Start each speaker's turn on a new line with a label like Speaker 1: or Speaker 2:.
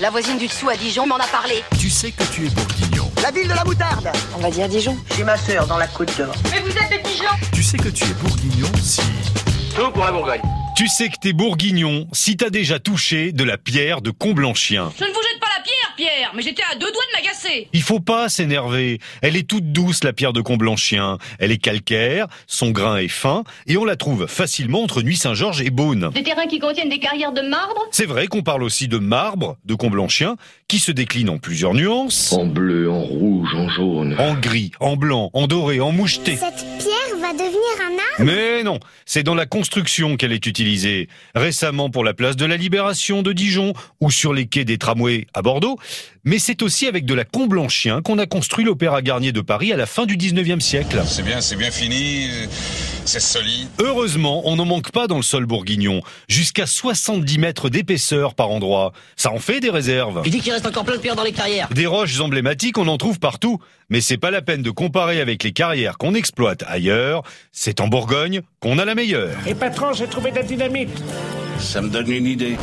Speaker 1: La voisine du dessous à Dijon m'en a parlé.
Speaker 2: Tu sais que tu es bourguignon.
Speaker 3: La ville de la moutarde
Speaker 4: On va dire Dijon.
Speaker 3: J'ai ma sœur dans la côte d'or.
Speaker 5: Mais vous êtes de Dijon
Speaker 2: Tu sais que tu es bourguignon si...
Speaker 6: Tout pour la Bourgogne.
Speaker 7: Tu sais que t'es bourguignon si t'as déjà touché de la pierre de Comblanchien.
Speaker 5: Je ne vous jette pas la pierre, Pierre, mais j'étais à deux doigts de m'agacer.
Speaker 7: Il faut pas s'énerver. Elle est toute douce, la pierre de Comblanchien. Elle est calcaire, son grain est fin, et on la trouve facilement entre Nuit-Saint-Georges et Beaune.
Speaker 5: Des terrains qui contiennent des carrières de marbre
Speaker 7: C'est vrai qu'on parle aussi de marbre de Comblanchien, qui se décline en plusieurs nuances.
Speaker 8: En bleu, en rouge, en jaune.
Speaker 7: En gris, en blanc, en doré, en moucheté.
Speaker 9: Cette pierre va devenir un arbre
Speaker 7: Mais non, c'est dans la construction qu'elle est utilisée. Récemment pour la place de la Libération de Dijon ou sur les quais des tramways à Bordeaux, mais c'est aussi avec de la Comblanchien qu'on a construit l'Opéra Garnier de Paris à la fin du 19e siècle.
Speaker 10: C'est bien, c'est bien fini, c'est solide.
Speaker 7: Heureusement, on n'en manque pas dans le sol bourguignon, jusqu'à 70 mètres d'épaisseur par endroit. Ça en fait des réserves.
Speaker 11: Il dit qu'il reste encore plein de pierres dans les carrières.
Speaker 7: Des roches emblématiques, on en trouve partout, mais c'est pas la peine de comparer avec les carrières qu'on exploite ailleurs, c'est en Bourgogne qu'on a la meilleure.
Speaker 12: Et patron, j'ai trouvé de la dynamite.
Speaker 13: Ça me donne une idée.